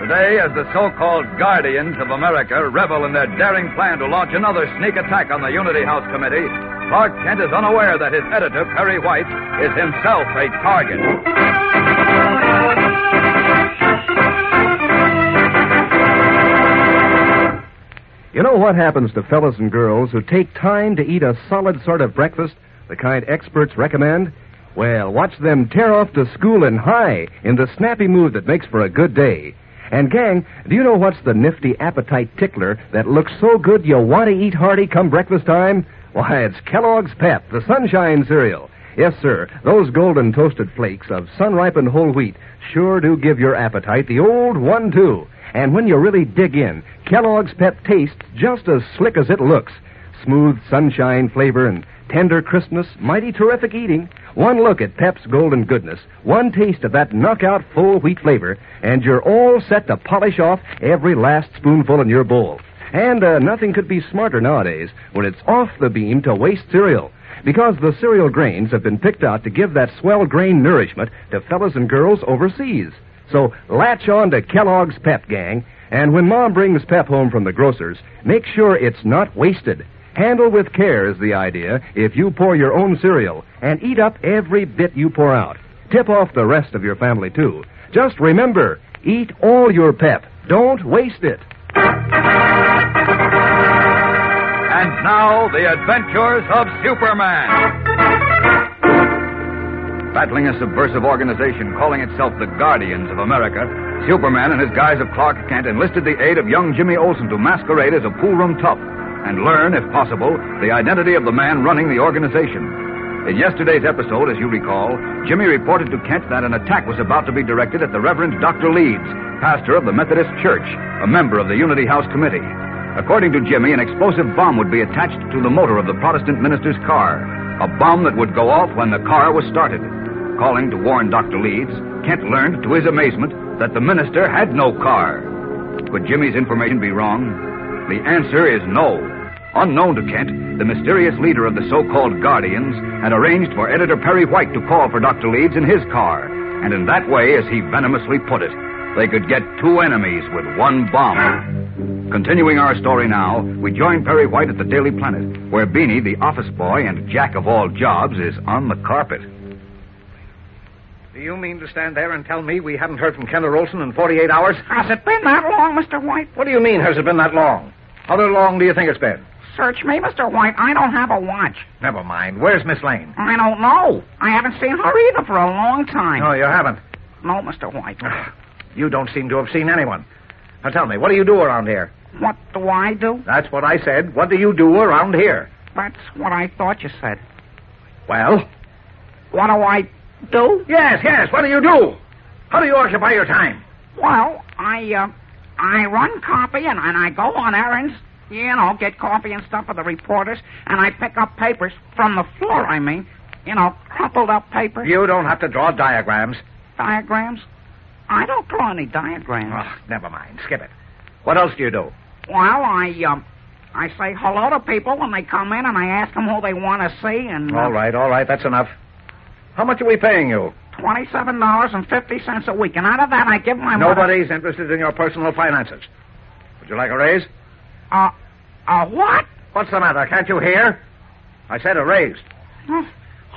Today, as the so called Guardians of America revel in their daring plan to launch another sneak attack on the Unity House Committee, Clark Kent is unaware that his editor, Perry White, is himself a target. You know what happens to fellas and girls who take time to eat a solid sort of breakfast, the kind experts recommend? Well, watch them tear off to school in high in the snappy move that makes for a good day. And, gang, do you know what's the nifty appetite tickler that looks so good you want to eat hearty come breakfast time? Why, it's Kellogg's Pep, the sunshine cereal. Yes, sir, those golden toasted flakes of sun ripened whole wheat sure do give your appetite the old one, too. And when you really dig in, Kellogg's Pep tastes just as slick as it looks. Smooth sunshine flavor and tender crispness, mighty terrific eating. One look at Pep's golden goodness, one taste of that knockout full wheat flavor, and you're all set to polish off every last spoonful in your bowl. And uh, nothing could be smarter nowadays when it's off the beam to waste cereal. Because the cereal grains have been picked out to give that swell grain nourishment to fellas and girls overseas. So latch on to Kellogg's Pep Gang, and when Mom brings Pep home from the grocer's, make sure it's not wasted. Handle with care is the idea if you pour your own cereal and eat up every bit you pour out. Tip off the rest of your family, too. Just remember eat all your Pep, don't waste it. And now, the adventures of Superman. Battling a subversive organization calling itself the Guardians of America, Superman, in his guise of Clark Kent, enlisted the aid of young Jimmy Olsen to masquerade as a poolroom tough and learn, if possible, the identity of the man running the organization. In yesterday's episode, as you recall, Jimmy reported to Kent that an attack was about to be directed at the Reverend Dr. Leeds, pastor of the Methodist Church, a member of the Unity House Committee. According to Jimmy, an explosive bomb would be attached to the motor of the Protestant minister's car, a bomb that would go off when the car was started. Calling to warn Dr. Leeds, Kent learned, to his amazement, that the minister had no car. Could Jimmy's information be wrong? The answer is no. Unknown to Kent, the mysterious leader of the so called Guardians had arranged for editor Perry White to call for Dr. Leeds in his car. And in that way, as he venomously put it, they could get two enemies with one bomb. Continuing our story now, we join Perry White at the Daily Planet, where Beanie, the office boy and jack of all jobs, is on the carpet. Do you mean to stand there and tell me we haven't heard from Keller Olson in 48 hours? Has it been that long, Mr. White? What do you mean, has it been that long? How long do you think it's been? Search me, Mr. White. I don't have a watch. Never mind. Where's Miss Lane? I don't know. I haven't seen her either for a long time. No, you haven't. No, Mr. White. You don't seem to have seen anyone. Now tell me, what do you do around here? What do I do? That's what I said. What do you do around here? That's what I thought you said. Well? What do I do? Yes, yes. What do you do? How do you occupy your time? Well, I uh, I run copy and, and I go on errands. You know, get coffee and stuff for the reporters, and I pick up papers from the floor. I mean, you know, crumpled up papers, You don't have to draw diagrams. diagrams. I don't draw any diagrams. Oh, never mind. Skip it. What else do you do? Well, I uh, I say hello to people when they come in, and I ask them who they want to see, and uh, All right, all right. That's enough. How much are we paying you? twenty-seven dollars and fifty cents a week, and out of that I give my mother- Nobody's interested in your personal finances. Would you like a raise? Uh, uh, what? What's the matter? Can't you hear? I said a raise. Oh,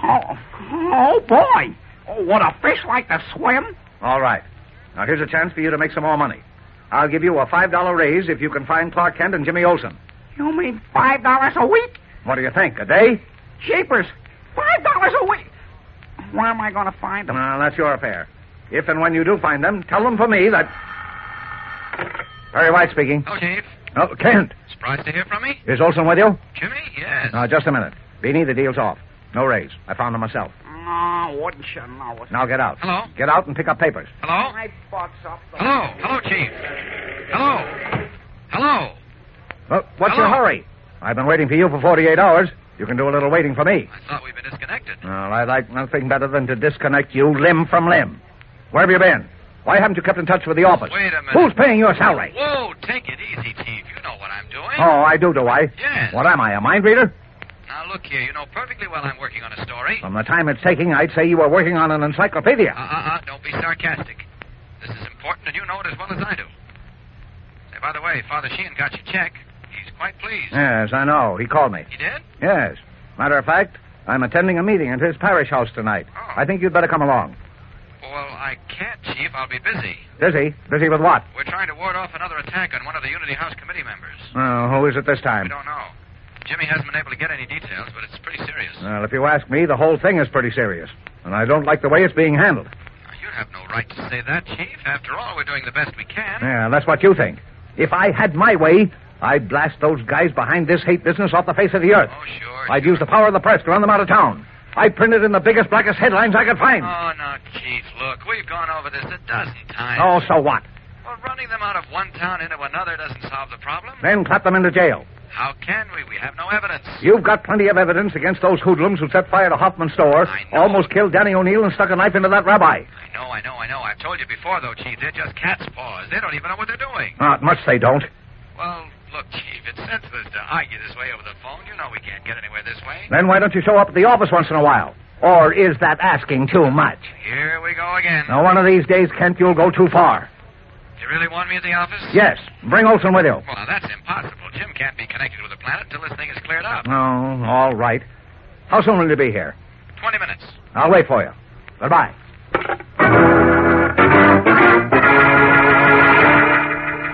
oh boy! Oh, would a fish like to swim? All right. Now here's a chance for you to make some more money. I'll give you a five dollar raise if you can find Clark Kent and Jimmy Olsen. You mean five dollars a week? What do you think? A day? Jeepers! Five dollars a week! Where am I going to find them? No, that's your affair. If and when you do find them, tell them for me that. Harry White speaking. Hello, Chief. Oh, Kent. Surprised to hear from me? Is Olson with you? Jimmy? Yes. Now, just a minute. Beanie, the deal's off. No raise. I found them myself. No, wouldn't you know it? Now get out. Hello? Get out and pick up papers. Hello? I box up the... Hello? Hello, Chief. Hello? Hello? Well, what's Hello? your hurry? I've been waiting for you for 48 hours. You can do a little waiting for me. I thought we'd been disconnected. Well, I'd like nothing better than to disconnect you limb from limb. Where have you been? Why haven't you kept in touch with the office? Wait a minute. Who's paying your salary? Whoa, take it easy, Chief. You know what I'm doing. Oh, I do, do I? Yes. What am I, a mind reader? Now, look here. You know perfectly well I'm working on a story. From the time it's taking, I'd say you were working on an encyclopedia. Uh, uh, uh, don't be sarcastic. This is important, and you know it as well as I do. Say, by the way, Father Sheehan got your check. He's quite pleased. Yes, I know. He called me. He did? Yes. Matter of fact, I'm attending a meeting at his parish house tonight. Oh. I think you'd better come along. Well, I can't, Chief. I'll be busy. Busy? Busy with what? We're trying to ward off another attack on one of the Unity House committee members. Uh, who is it this I time? don't know. Jimmy hasn't been able to get any details, but it's pretty serious. Well, if you ask me, the whole thing is pretty serious. And I don't like the way it's being handled. Now, you have no right to say that, Chief. After all, we're doing the best we can. Yeah, that's what you think. If I had my way, I'd blast those guys behind this hate business off the face of the earth. Oh, sure. I'd use the power of the press to run them out of town. I printed in the biggest, blackest headlines I could find. Oh, now, Chief, look, we've gone over this a dozen times. oh, so what? Well, running them out of one town into another doesn't solve the problem. Then clap them into jail. How can we? We have no evidence. You've got plenty of evidence against those hoodlums who set fire to Hoffman's store, I know. almost killed Danny O'Neill, and stuck a knife into that rabbi. I know, I know, I know. I've told you before, though, Chief, they're just cat's paws. They don't even know what they're doing. Not much they don't. Well, look, Chief, it's senseless to argue this way over the phone. You know we can't get anywhere this way. Then why don't you show up at the office once in a while? Or is that asking too much? Here we go again. Now, one of these days, Kent, you'll go too far. You really want me at the office? Yes, bring Olson with you. Well, now, that's impossible. Jim can't be connected with the planet until this thing is cleared up. Oh, all right. How soon will you be here? Twenty minutes. I'll wait for you. Goodbye. Boy,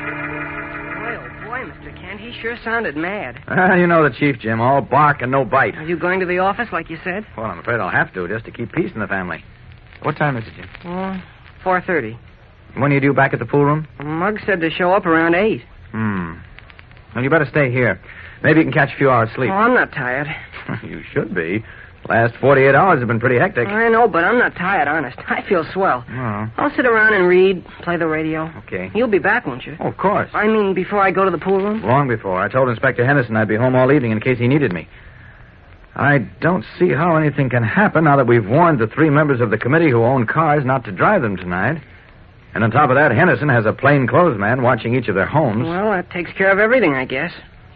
oh boy, Mr. Kent, he sure sounded mad. Ah, you know the chief, Jim. All bark and no bite. Are you going to the office like you said? Well, I'm afraid I'll have to just to keep peace in the family. What time is it, Jim? Oh, 4.30. When are you due back at the pool room? Mugg said to show up around 8. Hmm. Well, you better stay here. Maybe you can catch a few hours sleep. Oh, I'm not tired. you should be. Last 48 hours have been pretty hectic. I know, but I'm not tired, honest. I feel swell. Oh, I'll sit around and read, play the radio. okay. You'll be back, won't you? Oh, of course. I mean, before I go to the pool room? Long before. I told Inspector Henderson I'd be home all evening in case he needed me. I don't see how anything can happen now that we've warned the three members of the committee who own cars not to drive them tonight. And on top of that, Henderson has a plainclothes man watching each of their homes. Well, Oh, that takes care of everything, I guess.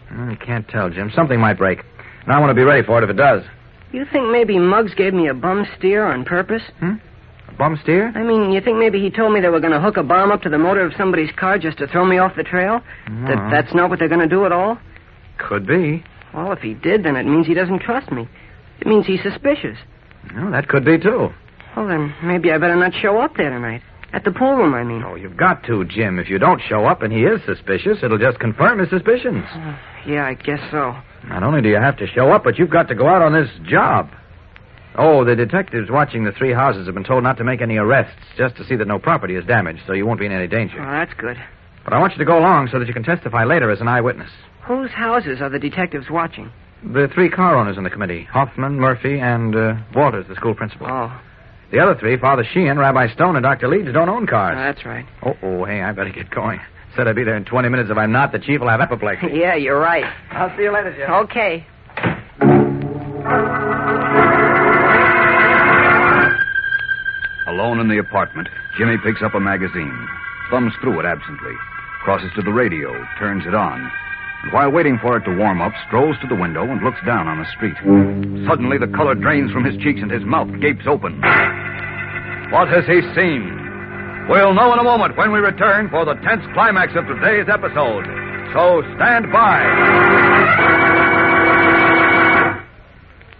I can't tell, Jim. Something might break. And I want to be ready for it if it does. You think maybe Muggs gave me a bum steer on purpose? A bum steer? I mean, you think maybe he told me they were going to hook a bomb up to the motor of somebody's car just to throw me off the trail? Mm-hmm. That that's not what they're going to do at all? Could be. Well, if he did, then it means he doesn't trust me. It means he's suspicious. No, that could be, too. Well, then maybe I better not show up there tonight. At the pool room, I mean. No, oh, you've got to, Jim. If you don't show up and he is suspicious, it'll just confirm his suspicions. Uh, Yeah, I guess so. Not only do you have to show up, but you've got to go out on this job. Oh, the detectives watching the three houses have been told not to make any arrests, just to see that no property is damaged, so you won't be in any danger. Well, that's good. But I want you to go along so that you can testify later as an eyewitness. Whose houses are the detectives watching? The three car owners in the committee Hoffman, Murphy, and uh, Walters, the school principal. Oh. The other three, Father Sheehan, Rabbi Stone, and Dr. Leeds, don't own cars. that's right. Oh, oh, hey, I better get going. Said I'd be there in 20 minutes. If I'm not, the chief will have apoplexy. Yeah, you're right. I'll see you later, Jeff. Okay. Alone in the apartment, Jimmy picks up a magazine, thumbs through it absently, crosses to the radio, turns it on, and while waiting for it to warm up, strolls to the window and looks down on the street. Suddenly, the color drains from his cheeks and his mouth gapes open. What has he seen? We'll know in a moment when we return for the tense climax of today's episode. So stand by.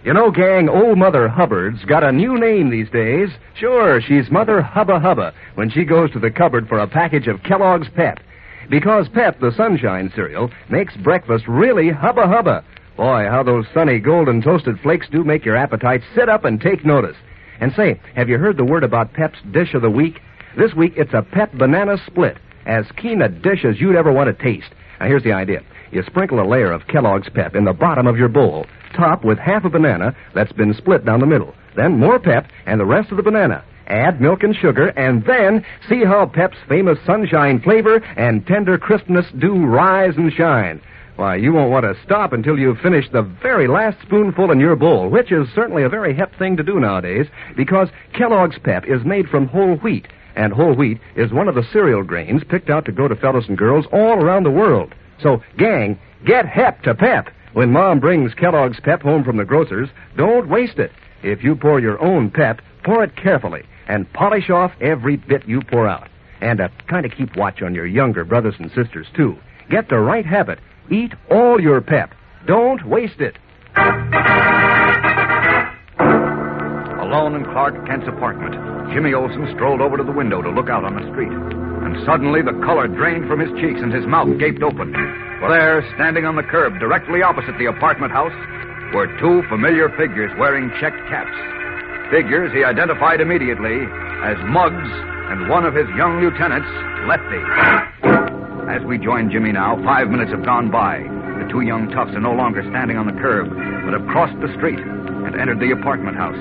You know, gang, old Mother Hubbard's got a new name these days. Sure, she's Mother Hubba Hubba when she goes to the cupboard for a package of Kellogg's Pep. Because Pep, the sunshine cereal, makes breakfast really hubba hubba. Boy, how those sunny golden toasted flakes do make your appetite sit up and take notice. And say, have you heard the word about Pep's dish of the week? This week it's a Pep banana split, as keen a dish as you'd ever want to taste. Now here's the idea. You sprinkle a layer of Kellogg's Pep in the bottom of your bowl, top with half a banana that's been split down the middle. Then more pep and the rest of the banana. Add milk and sugar, and then see how Pep's famous sunshine flavor and tender crispness do rise and shine. Why, you won't want to stop until you've finished the very last spoonful in your bowl, which is certainly a very hep thing to do nowadays, because Kellogg's Pep is made from whole wheat, and whole wheat is one of the cereal grains picked out to go to fellows and girls all around the world. So, gang, get hep to pep. When mom brings Kellogg's Pep home from the grocer's, don't waste it. If you pour your own pep, pour it carefully and polish off every bit you pour out. And uh, kind of keep watch on your younger brothers and sisters, too. Get the right habit. Eat all your pep. Don't waste it. Alone in Clark Kent's apartment, Jimmy Olsen strolled over to the window to look out on the street. And suddenly the color drained from his cheeks and his mouth gaped open. For there, standing on the curb directly opposite the apartment house, were two familiar figures wearing checked caps. Figures he identified immediately as Muggs and one of his young lieutenants, Lefty. As we join Jimmy now, five minutes have gone by. The two young toughs are no longer standing on the curb, but have crossed the street and entered the apartment house.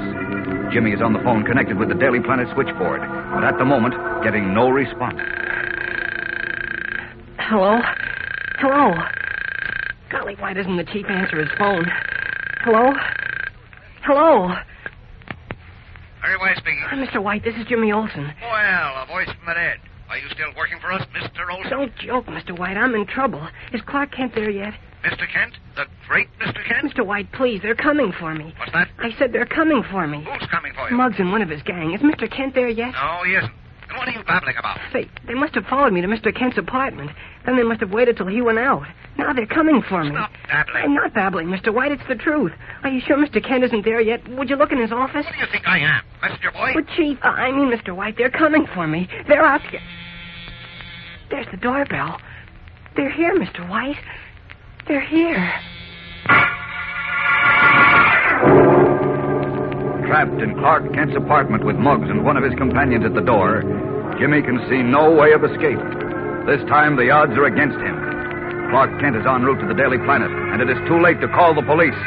Jimmy is on the phone connected with the Daily Planet switchboard, but at the moment, getting no response. Hello? Hello? Golly, why doesn't the chief answer his phone? Hello? Hello? Harry White speaking. Hi, Mr. White, this is Jimmy Olson. Well, a voice from the dead. Are you still working for us, Mr. Olson? Don't joke, Mr. White. I'm in trouble. Is Clark Kent there yet? Mr. Kent? The great Mr. Kent? Mr. White, please, they're coming for me. What's that? I said they're coming for me. Who's coming for you? Muggs and one of his gang. Is Mr. Kent there yet? No, he isn't. And what are you babbling about? They, they must have followed me to Mr. Kent's apartment. Then they must have waited till he went out. Now they're coming for me. Stop babbling. I'm not babbling, Mr. White. It's the truth. Are you sure Mr. Kent isn't there yet? Would you look in his office? What do you think I am? Messenger boy? Well, Chief, uh, I mean, Mr. White, they're coming for me. They're out. here. There's the doorbell. They're here, Mr. White. They're here. Trapped in Clark Kent's apartment with Muggs and one of his companions at the door, Jimmy can see no way of escape. This time, the odds are against him. Clark Kent is en route to the Daily Planet, and it is too late to call the police.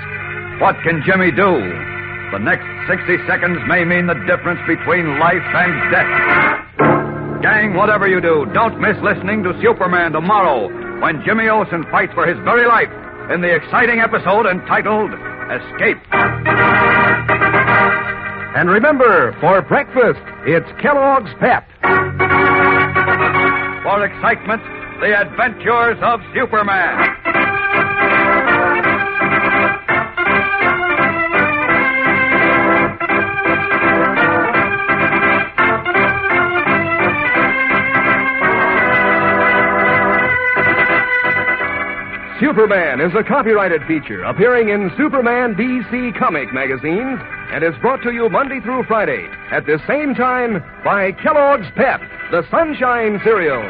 What can Jimmy do? The next 60 seconds may mean the difference between life and death. Gang, whatever you do, don't miss listening to Superman tomorrow when Jimmy Olsen fights for his very life in the exciting episode entitled Escape. And remember, for breakfast, it's Kellogg's Pep. For excitement, the adventures of Superman. Superman is a copyrighted feature appearing in Superman DC comic magazines and is brought to you Monday through Friday at the same time by Kellogg's Pep, the Sunshine Cereal.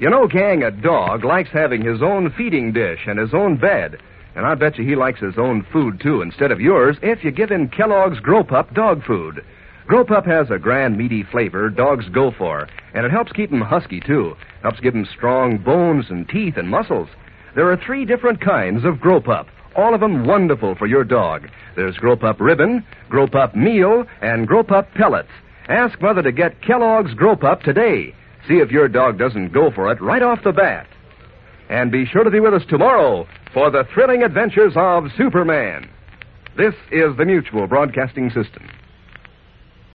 You know, gang, a dog likes having his own feeding dish and his own bed. And I bet you he likes his own food, too, instead of yours, if you give him Kellogg's Grow Pup dog food. Grow Pup has a grand, meaty flavor dogs go for, and it helps keep 'em husky, too. Helps give 'em strong bones and teeth and muscles. There are three different kinds of Grow Pup, all of 'em wonderful for your dog. There's Grow Pup Ribbon, Grow Pup Meal, and Grow Pup Pellets. Ask Mother to get Kellogg's Grow Pup today. See if your dog doesn't go for it right off the bat. And be sure to be with us tomorrow for the thrilling adventures of Superman. This is the Mutual Broadcasting System.